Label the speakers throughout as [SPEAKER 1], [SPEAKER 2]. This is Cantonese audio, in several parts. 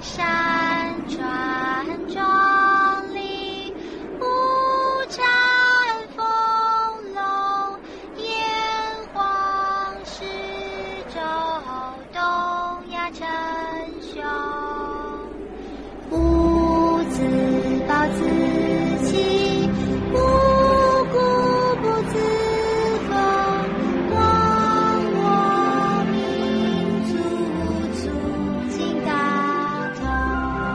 [SPEAKER 1] 山川壮丽，五展丰隆，炎黄始周，东亚称雄。吾自暴自弃，无故不自封。忘我民族，促进大同。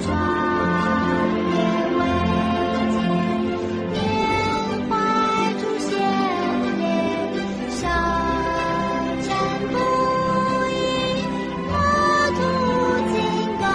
[SPEAKER 1] 壮烈伟肩，缅怀祖先烈，圣战不已，国土精光。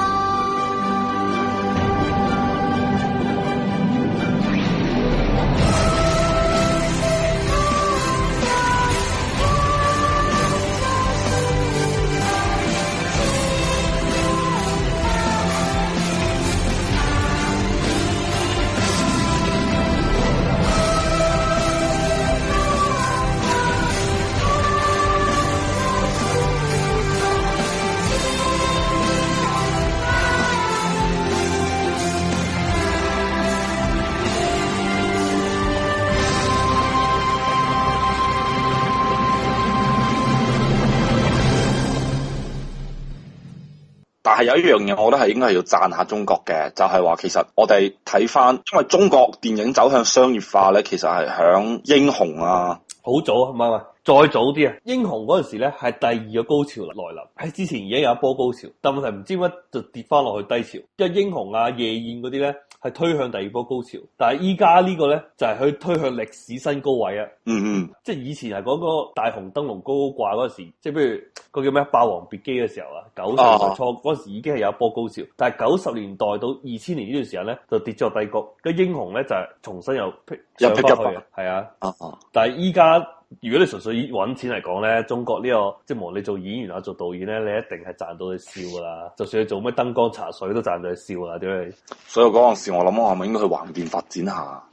[SPEAKER 2] 但係有一樣嘢，我覺得係應該係要讚下中國嘅，就係、話其實我哋睇翻，因為中國電影走向商業化咧，其實係響英雄啊，
[SPEAKER 3] 好早啊唔係唔係，再早啲啊！英雄嗰陣時咧係第二個高潮來臨，喺之前已經有一波高潮，但問題唔知乜就跌翻落去低潮，因為英雄啊、夜宴嗰啲咧係推向第二波高潮，但係依家呢個咧就係、去推向歷史新高位啊！
[SPEAKER 2] 嗯嗯，
[SPEAKER 3] 即係以前係講嗰個大紅燈籠高高掛嗰時，即係譬如個叫咩《霸王別姬》嘅時候啊，九十年代初嗰時已經係有一波高潮，但係九十年代到二千年呢段時間咧就跌咗低谷，跟英雄咧就係、重新又
[SPEAKER 2] 又
[SPEAKER 3] 上
[SPEAKER 2] pick
[SPEAKER 3] 翻
[SPEAKER 2] up
[SPEAKER 3] 去嘅，係啊。
[SPEAKER 2] 啊啊，
[SPEAKER 3] 但係依家如果你純粹以揾錢嚟講咧，中國呢、個即係無論你做演員啊、做導演咧，你一定係賺到你笑噶啦。就算你做咩燈光茶水都賺到你笑啦。屌你
[SPEAKER 2] 所以嗰陣時我諗我係咪應該去橫店發展下？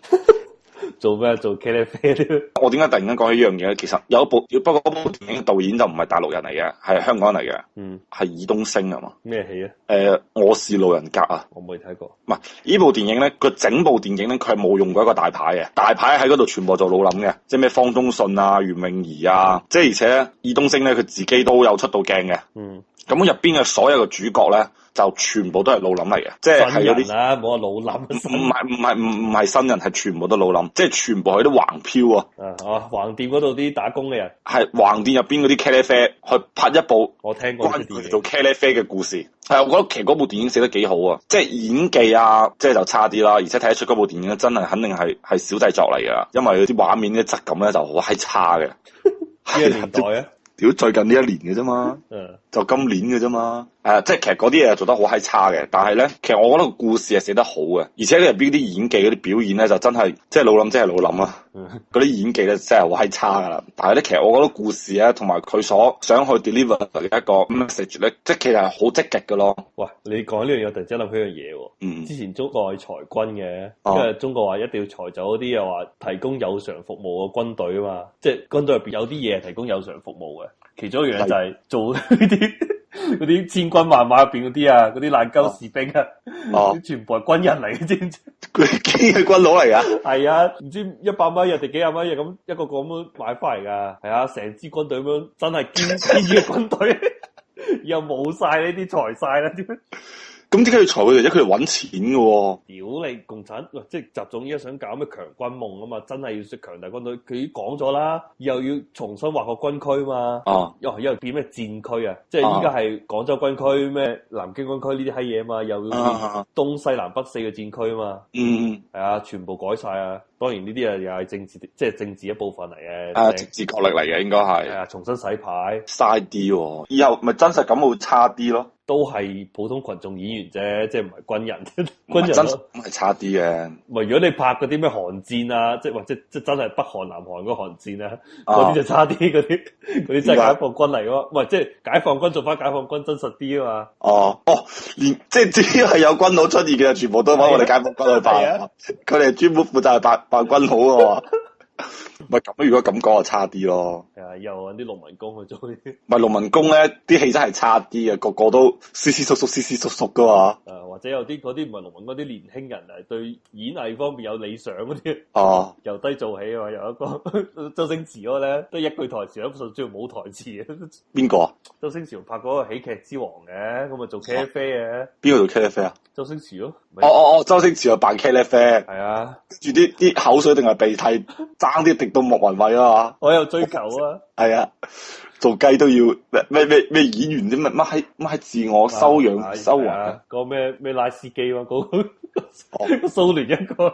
[SPEAKER 3] 做咩做茄喱啡啲？
[SPEAKER 2] 我點解突然間講起呢樣嘢咧？其實有一部，不過嗰部電影嘅導演就唔係大陸人嚟嘅，係香港人嚟嘅，
[SPEAKER 3] 嗯，
[SPEAKER 2] 係爾冬升啊嘛。
[SPEAKER 3] 咩戲啊？
[SPEAKER 2] 誒、我是路人甲啊！
[SPEAKER 3] 我未睇過。
[SPEAKER 2] 唔係呢部電影咧，佢整部電影咧，佢係冇用過一個大牌嘅，大牌喺嗰度全部做老諗嘅，即係咩方中信啊、袁詠儀啊，即係而且爾冬升咧，佢自己都有出到鏡嘅。
[SPEAKER 3] 嗯，
[SPEAKER 2] 咁入邊嘅所有嘅主角咧，就全部都係老諗嚟嘅，即係係
[SPEAKER 3] 新
[SPEAKER 2] 有
[SPEAKER 3] 人啊
[SPEAKER 2] 啲。
[SPEAKER 3] 啦、冇話老啊
[SPEAKER 2] 唔
[SPEAKER 3] 林
[SPEAKER 2] 唔係唔係唔唔係新人，係全部都老諗，即係全部佢都橫漂啊！
[SPEAKER 3] 啊！啊，橫店嗰度啲打工嘅人，
[SPEAKER 2] 係橫店入邊嗰啲茄喱啡去拍一部
[SPEAKER 3] 我聽過呢
[SPEAKER 2] 關
[SPEAKER 3] 啲
[SPEAKER 2] 於佢
[SPEAKER 3] 電
[SPEAKER 2] 哋
[SPEAKER 3] 影
[SPEAKER 2] 做。茄喱啡嘅故事。係，我覺得其實嗰部電影寫得幾好啊，即係演技啊，即係就差啲啦，而且睇得出嗰部電影真係肯定係係小製作嚟噶，因為佢啲畫面嘅質感咧就好閪差嘅。
[SPEAKER 3] 呢個年代啊，
[SPEAKER 2] 屌最近呢一年嘅啫嘛，
[SPEAKER 3] 嗯，
[SPEAKER 2] 就今年嘅啫嘛。誒、即係其實嗰啲嘢做得好閪差嘅，但係咧，其實我覺得個故事係寫得好嘅，而且入邊啲演技嗰啲表演咧就真係即係老諗，即係老諗啊。
[SPEAKER 3] 嗯
[SPEAKER 2] 嗰啲演技咧真係好閪差噶啦，但係咧其實我覺得故事咧同埋佢所想去 deliver 嘅一個 message 咧，即係其實係好積極嘅咯。
[SPEAKER 3] 喂，你講呢樣嘢，我突然之間諗起樣嘢喎。
[SPEAKER 2] 嗯
[SPEAKER 3] 之前中國係裁軍嘅，
[SPEAKER 2] 哦
[SPEAKER 3] 因為中國話一定要裁走嗰啲又話提供有償服務嘅軍隊啊嘛，即係軍隊入邊有啲嘢係提供有償服務嘅，其中一樣就係做呢啲嗰啲 千軍萬馬入邊嗰啲啊，嗰啲爛鳩士兵啊，
[SPEAKER 2] 哦，
[SPEAKER 3] 全部係軍人嚟嘅，知唔知？
[SPEAKER 2] 佢基嘅軍佬嚟噶，
[SPEAKER 3] 係啊，唔知一百蚊一日定幾廿蚊一日咁一個個咁樣買翻嚟㗎，係啊，成支軍隊咁樣真係堅堅嘅軍隊， 又冇晒呢啲裁晒啦，點樣？
[SPEAKER 2] 咁點解要裁佢哋啫？佢哋揾錢嘅喎、
[SPEAKER 3] 屌你共產，喂！即係習總依家想搞咩強軍夢啊嘛，真係要識強大軍隊。佢已經講咗啦，以後要重新劃個軍區嘛。
[SPEAKER 2] 哦，
[SPEAKER 3] 又又變咩戰區啊？即係依家係廣州軍區、咩南京軍區呢啲閪嘢嘛，又要
[SPEAKER 2] 啊啊
[SPEAKER 3] 變東西南北四個戰區嘛，
[SPEAKER 2] 嗯，
[SPEAKER 3] 係啊，全部改晒啊！當然呢啲啊又係政治，即係政治一部分嚟嘅，
[SPEAKER 2] 啊，直
[SPEAKER 3] 係
[SPEAKER 2] 接角力嚟嘅應該係
[SPEAKER 3] 嗯啊，重新洗牌
[SPEAKER 2] 嘥啲喎，以後咪真實感會差啲咯，
[SPEAKER 3] 都係普通群眾演員啫，即係唔係 軍人，
[SPEAKER 2] 真
[SPEAKER 3] 軍人
[SPEAKER 2] 實
[SPEAKER 3] 咯
[SPEAKER 2] 感係差啲嘅。
[SPEAKER 3] 唔係，如果你拍嗰啲咩寒戰啊，即係或者即係真係北韓、南韓嗰寒戰啊，
[SPEAKER 2] 啊
[SPEAKER 3] 嗰啲就差啲，嗰啲 嗰
[SPEAKER 2] 點
[SPEAKER 3] 啲真係
[SPEAKER 2] 解
[SPEAKER 3] 解放軍嚟㗎嘛，唔係即係解放軍做翻解放軍真實啲啊嘛，
[SPEAKER 2] 哦，哦，連 即係只要係有軍佬出現嘅，全部都揾我哋解放軍去
[SPEAKER 3] 啊係
[SPEAKER 2] 扮
[SPEAKER 3] 啊，
[SPEAKER 2] 佢哋係專門負責去扮扮軍佬嘅喎。 唔係咁，如果咁講就差啲咯。
[SPEAKER 3] 係啊，又揾啲農民工去做啲，
[SPEAKER 2] 唔係農民工咧，啲氣質係差啲嘅，個個都斯斯縮縮、斯斯縮縮噶嘛。
[SPEAKER 3] 誒啊或者有啲嗰啲唔係農民工，啲年輕人係對演藝方面有理想嗰啲，
[SPEAKER 2] 哦，
[SPEAKER 3] 由低做起啊嘛，有一個 周星馳嗰個咧，都一句台詞，咁甚至乎冇台詞嘅。
[SPEAKER 2] 邊個啊？
[SPEAKER 3] 周星馳拍嗰個喜劇之王嘅，咁咪做茄啡嘅，
[SPEAKER 2] 邊個做茄喱啡啊？
[SPEAKER 3] 周星馳咯。
[SPEAKER 2] 哦哦哦，周星馳又扮茄喱啡，
[SPEAKER 3] 係啊，
[SPEAKER 2] 跟住啲啲口水定係鼻涕，爭啲滴到莫雲偉啊嘛。
[SPEAKER 3] 我有追求啊，
[SPEAKER 2] 係啊，做雞都要咩咩咩演員啲乜乜閪乜閪自我修養修為啊。
[SPEAKER 3] 啊，嗰個咩咩拉斯基嘛，嗰個
[SPEAKER 2] 哦
[SPEAKER 3] 蘇聯一個，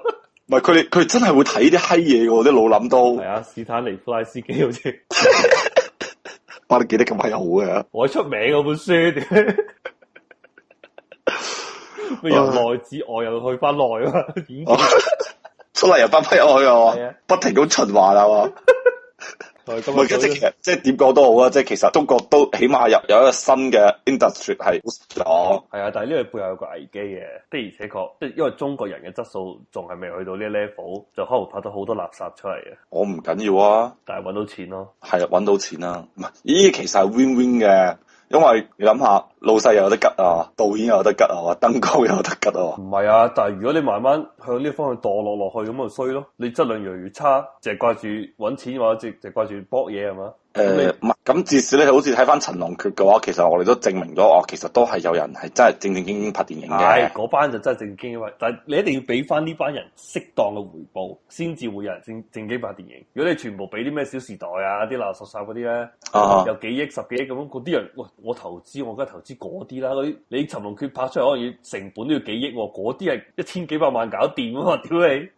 [SPEAKER 2] 唔係佢哋佢哋真係會睇啲閪嘢喎，啲老諗都
[SPEAKER 3] 係，啊，斯坦尼夫拉斯基好似。
[SPEAKER 2] 哇！你記得咁閪好嘅。
[SPEAKER 3] 我出名嗰本書，咩由內至外又去翻內啦，演技
[SPEAKER 2] 哦出嚟又翻批我去
[SPEAKER 3] 係啊
[SPEAKER 2] 啊，不停咁循環啊嘛。
[SPEAKER 3] 同埋
[SPEAKER 2] 唔係，
[SPEAKER 3] 咁
[SPEAKER 2] 即係其
[SPEAKER 3] 樣
[SPEAKER 2] 實即係點講都好啊，即係其實中國都起碼有有一個新嘅 industry 係好咗。
[SPEAKER 3] 係啊，但係呢個背後有個危機嘅，的而且確，即係因為中國人嘅質素仲係未去到呢 level，就可能拍到好多垃圾出嚟嘅，
[SPEAKER 2] 我唔緊要啊，
[SPEAKER 3] 但係揾到錢咯。
[SPEAKER 2] 係啊，揾到錢啦、唔係，呢啲其實係 win win 嘅，因為你諗下，老細又有得吉啊，導演又有得吉啊，燈光又有得吉啊。
[SPEAKER 3] 唔係啊，但係如果你慢慢向呢方向墮落落去，咁咪衰咯。你質量越嚟越差，淨係掛住揾錢或者淨淨掛住搏嘢係嘛？
[SPEAKER 2] 誒呃唔係，咁至少咧，好似睇翻《陳龍訣》嘅話，其實我哋都證明咗，我其實都係有人係真係正正經經拍電影
[SPEAKER 3] 係
[SPEAKER 2] 嘅。
[SPEAKER 3] 嗰班就真係正經嘅，但係你一定要俾翻呢班人適當嘅回報，先至會有人正正經拍電影。如果你全部俾啲咩小時代啊、啲垃圾圾嗰啲咧，
[SPEAKER 2] 啊，
[SPEAKER 3] 有幾億、十幾億咁，嗰啲人，喂，我投資我梗係投資嗰啲啦，嗰啲你《尋龍決》拍出嚟可能要成本都要幾億喎，嗰啲係一千幾百萬搞掂啊嘛，屌你！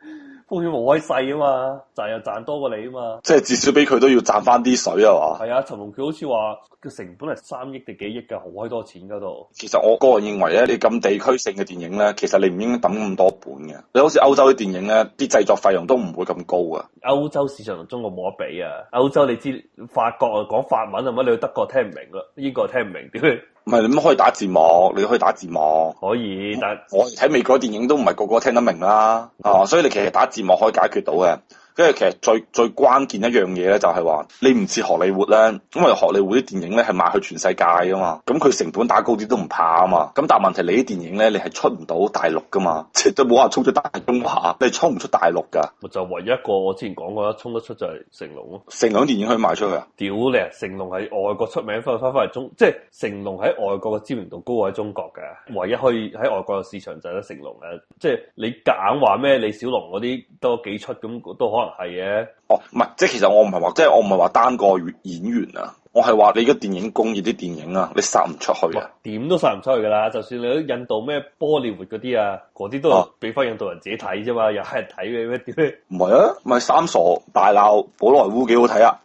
[SPEAKER 3] 風險冇閪細啊嘛，賺又賺多過你啊嘛，
[SPEAKER 2] 即係至少俾佢都要賺翻啲水啊嘛。
[SPEAKER 3] 係啊，尋龍決好似話個成本係三億定幾億㗎，好閪多錢嗰度。
[SPEAKER 2] 其實我個人認為咧，你咁地區性嘅電影咧，其實你唔應該抌咁多本嘅。你好似歐洲啲電影咧，啲製作費用都唔會咁高啊。
[SPEAKER 3] 歐洲市場同中國冇得比啊！歐洲你知法國啊講法文係咪？你去德國聽唔明啦，英國聽唔明點解
[SPEAKER 2] 唔係你咁可以打字幕，你可以打字幕。
[SPEAKER 3] 可以？但係
[SPEAKER 2] 我睇美國電影都唔係個個聽得明啦，啊，所以你其實打字幕可以解決到嘅。跟住其實最最關鍵一樣嘢咧，就係話你唔似荷里活咧，因為荷里活啲電影咧係賣去全世界噶嘛，咁佢成本打高啲都唔怕啊嘛。咁但係問題你啲電影咧，你係出唔到大陸噶嘛， 即係都冇話衝出大中華，你係衝唔出大陸噶。
[SPEAKER 3] 咪就唯一一個我之前講過啦，衝得出就係成龍咯。
[SPEAKER 2] 成兩電影可以賣出去啊？
[SPEAKER 3] 屌你啊！成龍喺外國出名，翻翻翻嚟中，即係成龍喺外國嘅知名度高過喺中國嘅。唯一可以喺外國嘅市場就係得成龍嘅。即係你夾硬話咩李小龍嗰啲多幾出咁都可能係嘅。
[SPEAKER 2] 哦，唔係，即係其實我唔係話，即係我唔係話單個演員啊，我係話你個電影工業啲電影啊，你殺唔出去啊。
[SPEAKER 3] 點都殺唔出去噶啦！就算你啲印度咩波利活嗰啲啊，嗰啲都係
[SPEAKER 2] 哦
[SPEAKER 3] 俾翻印度人自己睇啫嘛，又係人睇嘅咩？點解
[SPEAKER 2] 唔係啊，咪三傻大鬧寶萊塢幾好睇啊！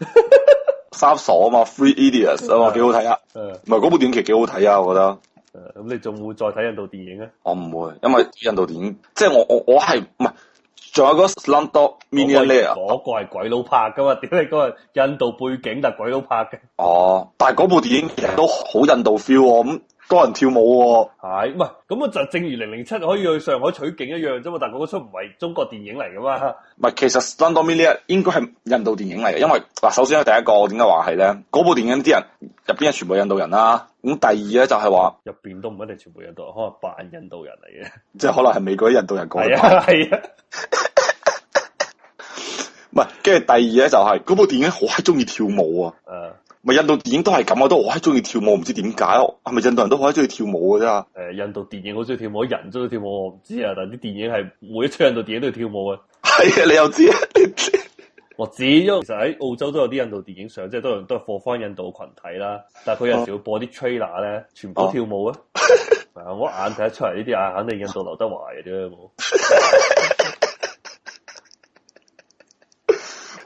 [SPEAKER 2] 三傻啊嘛，Three Idiots 啊嘛，幾好睇啊！
[SPEAKER 3] 誒
[SPEAKER 2] 唔係嗰部短劇幾好睇啊，我覺得。
[SPEAKER 3] 誒咁你仲會再睇印度電影啊？
[SPEAKER 2] 我唔會，因為印度電影，即係我我我係唔係？仲有嗰個 Slumdog
[SPEAKER 3] 嗰個
[SPEAKER 2] Millionaire
[SPEAKER 3] 嗰個係鬼佬拍噶嘛？點解嗰個印度背景但係鬼佬拍嘅？
[SPEAKER 2] 哦，但係嗰部電影其實都好印度 feel 喎、咁多人跳舞喎、
[SPEAKER 3] 係唔係咁啊？就正如零零七可以去上海取景一樣啫嘛，但係嗰出唔係中國電影嚟噶嘛？
[SPEAKER 2] 唔係，其實《s l u n d o m i l l i a 應該係印度電影嚟嘅，因為嗱，首先咧第一個我點解話係咧，嗰部電影啲人入邊係全部印度人啦、咁第二咧就係話，
[SPEAKER 3] 入邊都唔一定全部印度人，可能扮印度人嚟嘅。
[SPEAKER 2] 即係可能係美國啲印度人講
[SPEAKER 3] 係
[SPEAKER 2] 嘅。
[SPEAKER 3] 啊係啊，
[SPEAKER 2] 唔係，跟住第二咧就係、嗰部電影好閪中意跳舞啊！
[SPEAKER 3] 誒
[SPEAKER 2] 咪印度電影都係咁，我都好閪中意跳舞，唔知點解啊？係咪印度人都好閪中意跳舞嘅啫？
[SPEAKER 3] 誒，印度電影好中意跳舞，人中意跳舞，我唔知啊。但係啲電影係每一出印度電影都要跳舞啊。
[SPEAKER 2] 係啊，你又知啊？ 你知
[SPEAKER 3] 我知，因為其實喺澳洲都有啲印度電影上，即係都都係播翻印度群體啦。但係佢有時會播啲 trailer 咧，全部都跳舞啊！ 啊我一眼睇得出嚟呢啲啊，肯定印度劉德華嘅啫。冇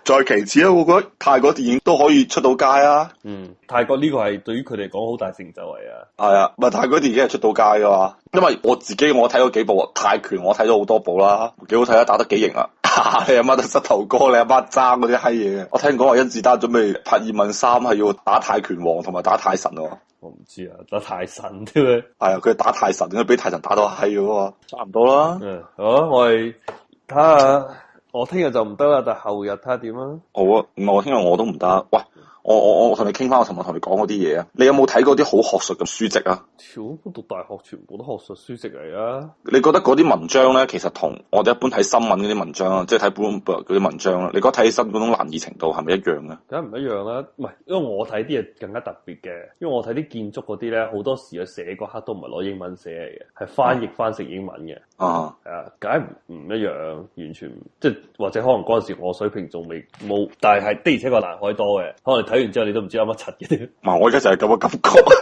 [SPEAKER 2] 再其次咧，我覺得泰國電影都可以出到街啊！
[SPEAKER 3] 嗯，泰國呢個係對於佢哋講好大成就嚟啊！
[SPEAKER 2] 係啊，咪泰國電影係出到街噶嘛？因為我自己我睇咗幾部啊泰拳，我睇咗好多部啦，幾好睇啊，打得幾型啊！ 你阿媽都膝頭哥，你阿媽爭嗰啲閪嘢嘅。我聽講話甄子丹準備拍葉問三係要打泰拳王同埋打泰神喎。
[SPEAKER 3] 我唔知啊，打泰神添啊！
[SPEAKER 2] 係啊，佢打泰神，佢俾泰神打到閪嘅喎，差唔多啦。
[SPEAKER 3] 嗯，好，我哋睇下我聽日就唔得啦，但後日睇下點啦。
[SPEAKER 2] 好啊，我聽日我都唔得。喂，我我我同你傾翻，我尋日同你講嗰啲嘢啊。你有冇睇過啲好學術嘅書籍啊？
[SPEAKER 3] 全部讀大學全部都學術書籍嚟啊！
[SPEAKER 2] 你覺得嗰啲文章咧，其實同我哋一般睇新聞嗰啲文章啊，即係睇 Bloomberg 嗰啲文章啊啦，你覺得睇起身嗰種難易程度係咪一樣嘅？
[SPEAKER 3] 梗係唔一樣啦，唔係，因為我睇啲嘢更加特別嘅，因為我睇啲建築嗰啲咧，好多時佢寫嗰刻都唔係攞英文寫嚟嘅，係翻譯翻成英文嘅，
[SPEAKER 2] 啊，
[SPEAKER 3] 係啊，梗係唔唔一樣，完全唔即係或者可能嗰陣時我水平仲未冇，但係係的而且確難開多嘅，可能睇完之後你都唔知有乜柒嘅，
[SPEAKER 2] 嗱，我而家就係咁嘅感覺。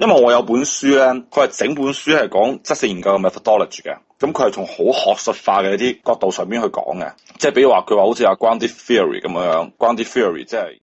[SPEAKER 2] 因為我有本書咧，佢係整本書係講質性研究嘅 methodology 嘅，咁佢係從好學術化嘅一啲角度上邊去講嘅，即係比如話佢話好似阿 grounded theory 咁樣樣，grounded theory 即係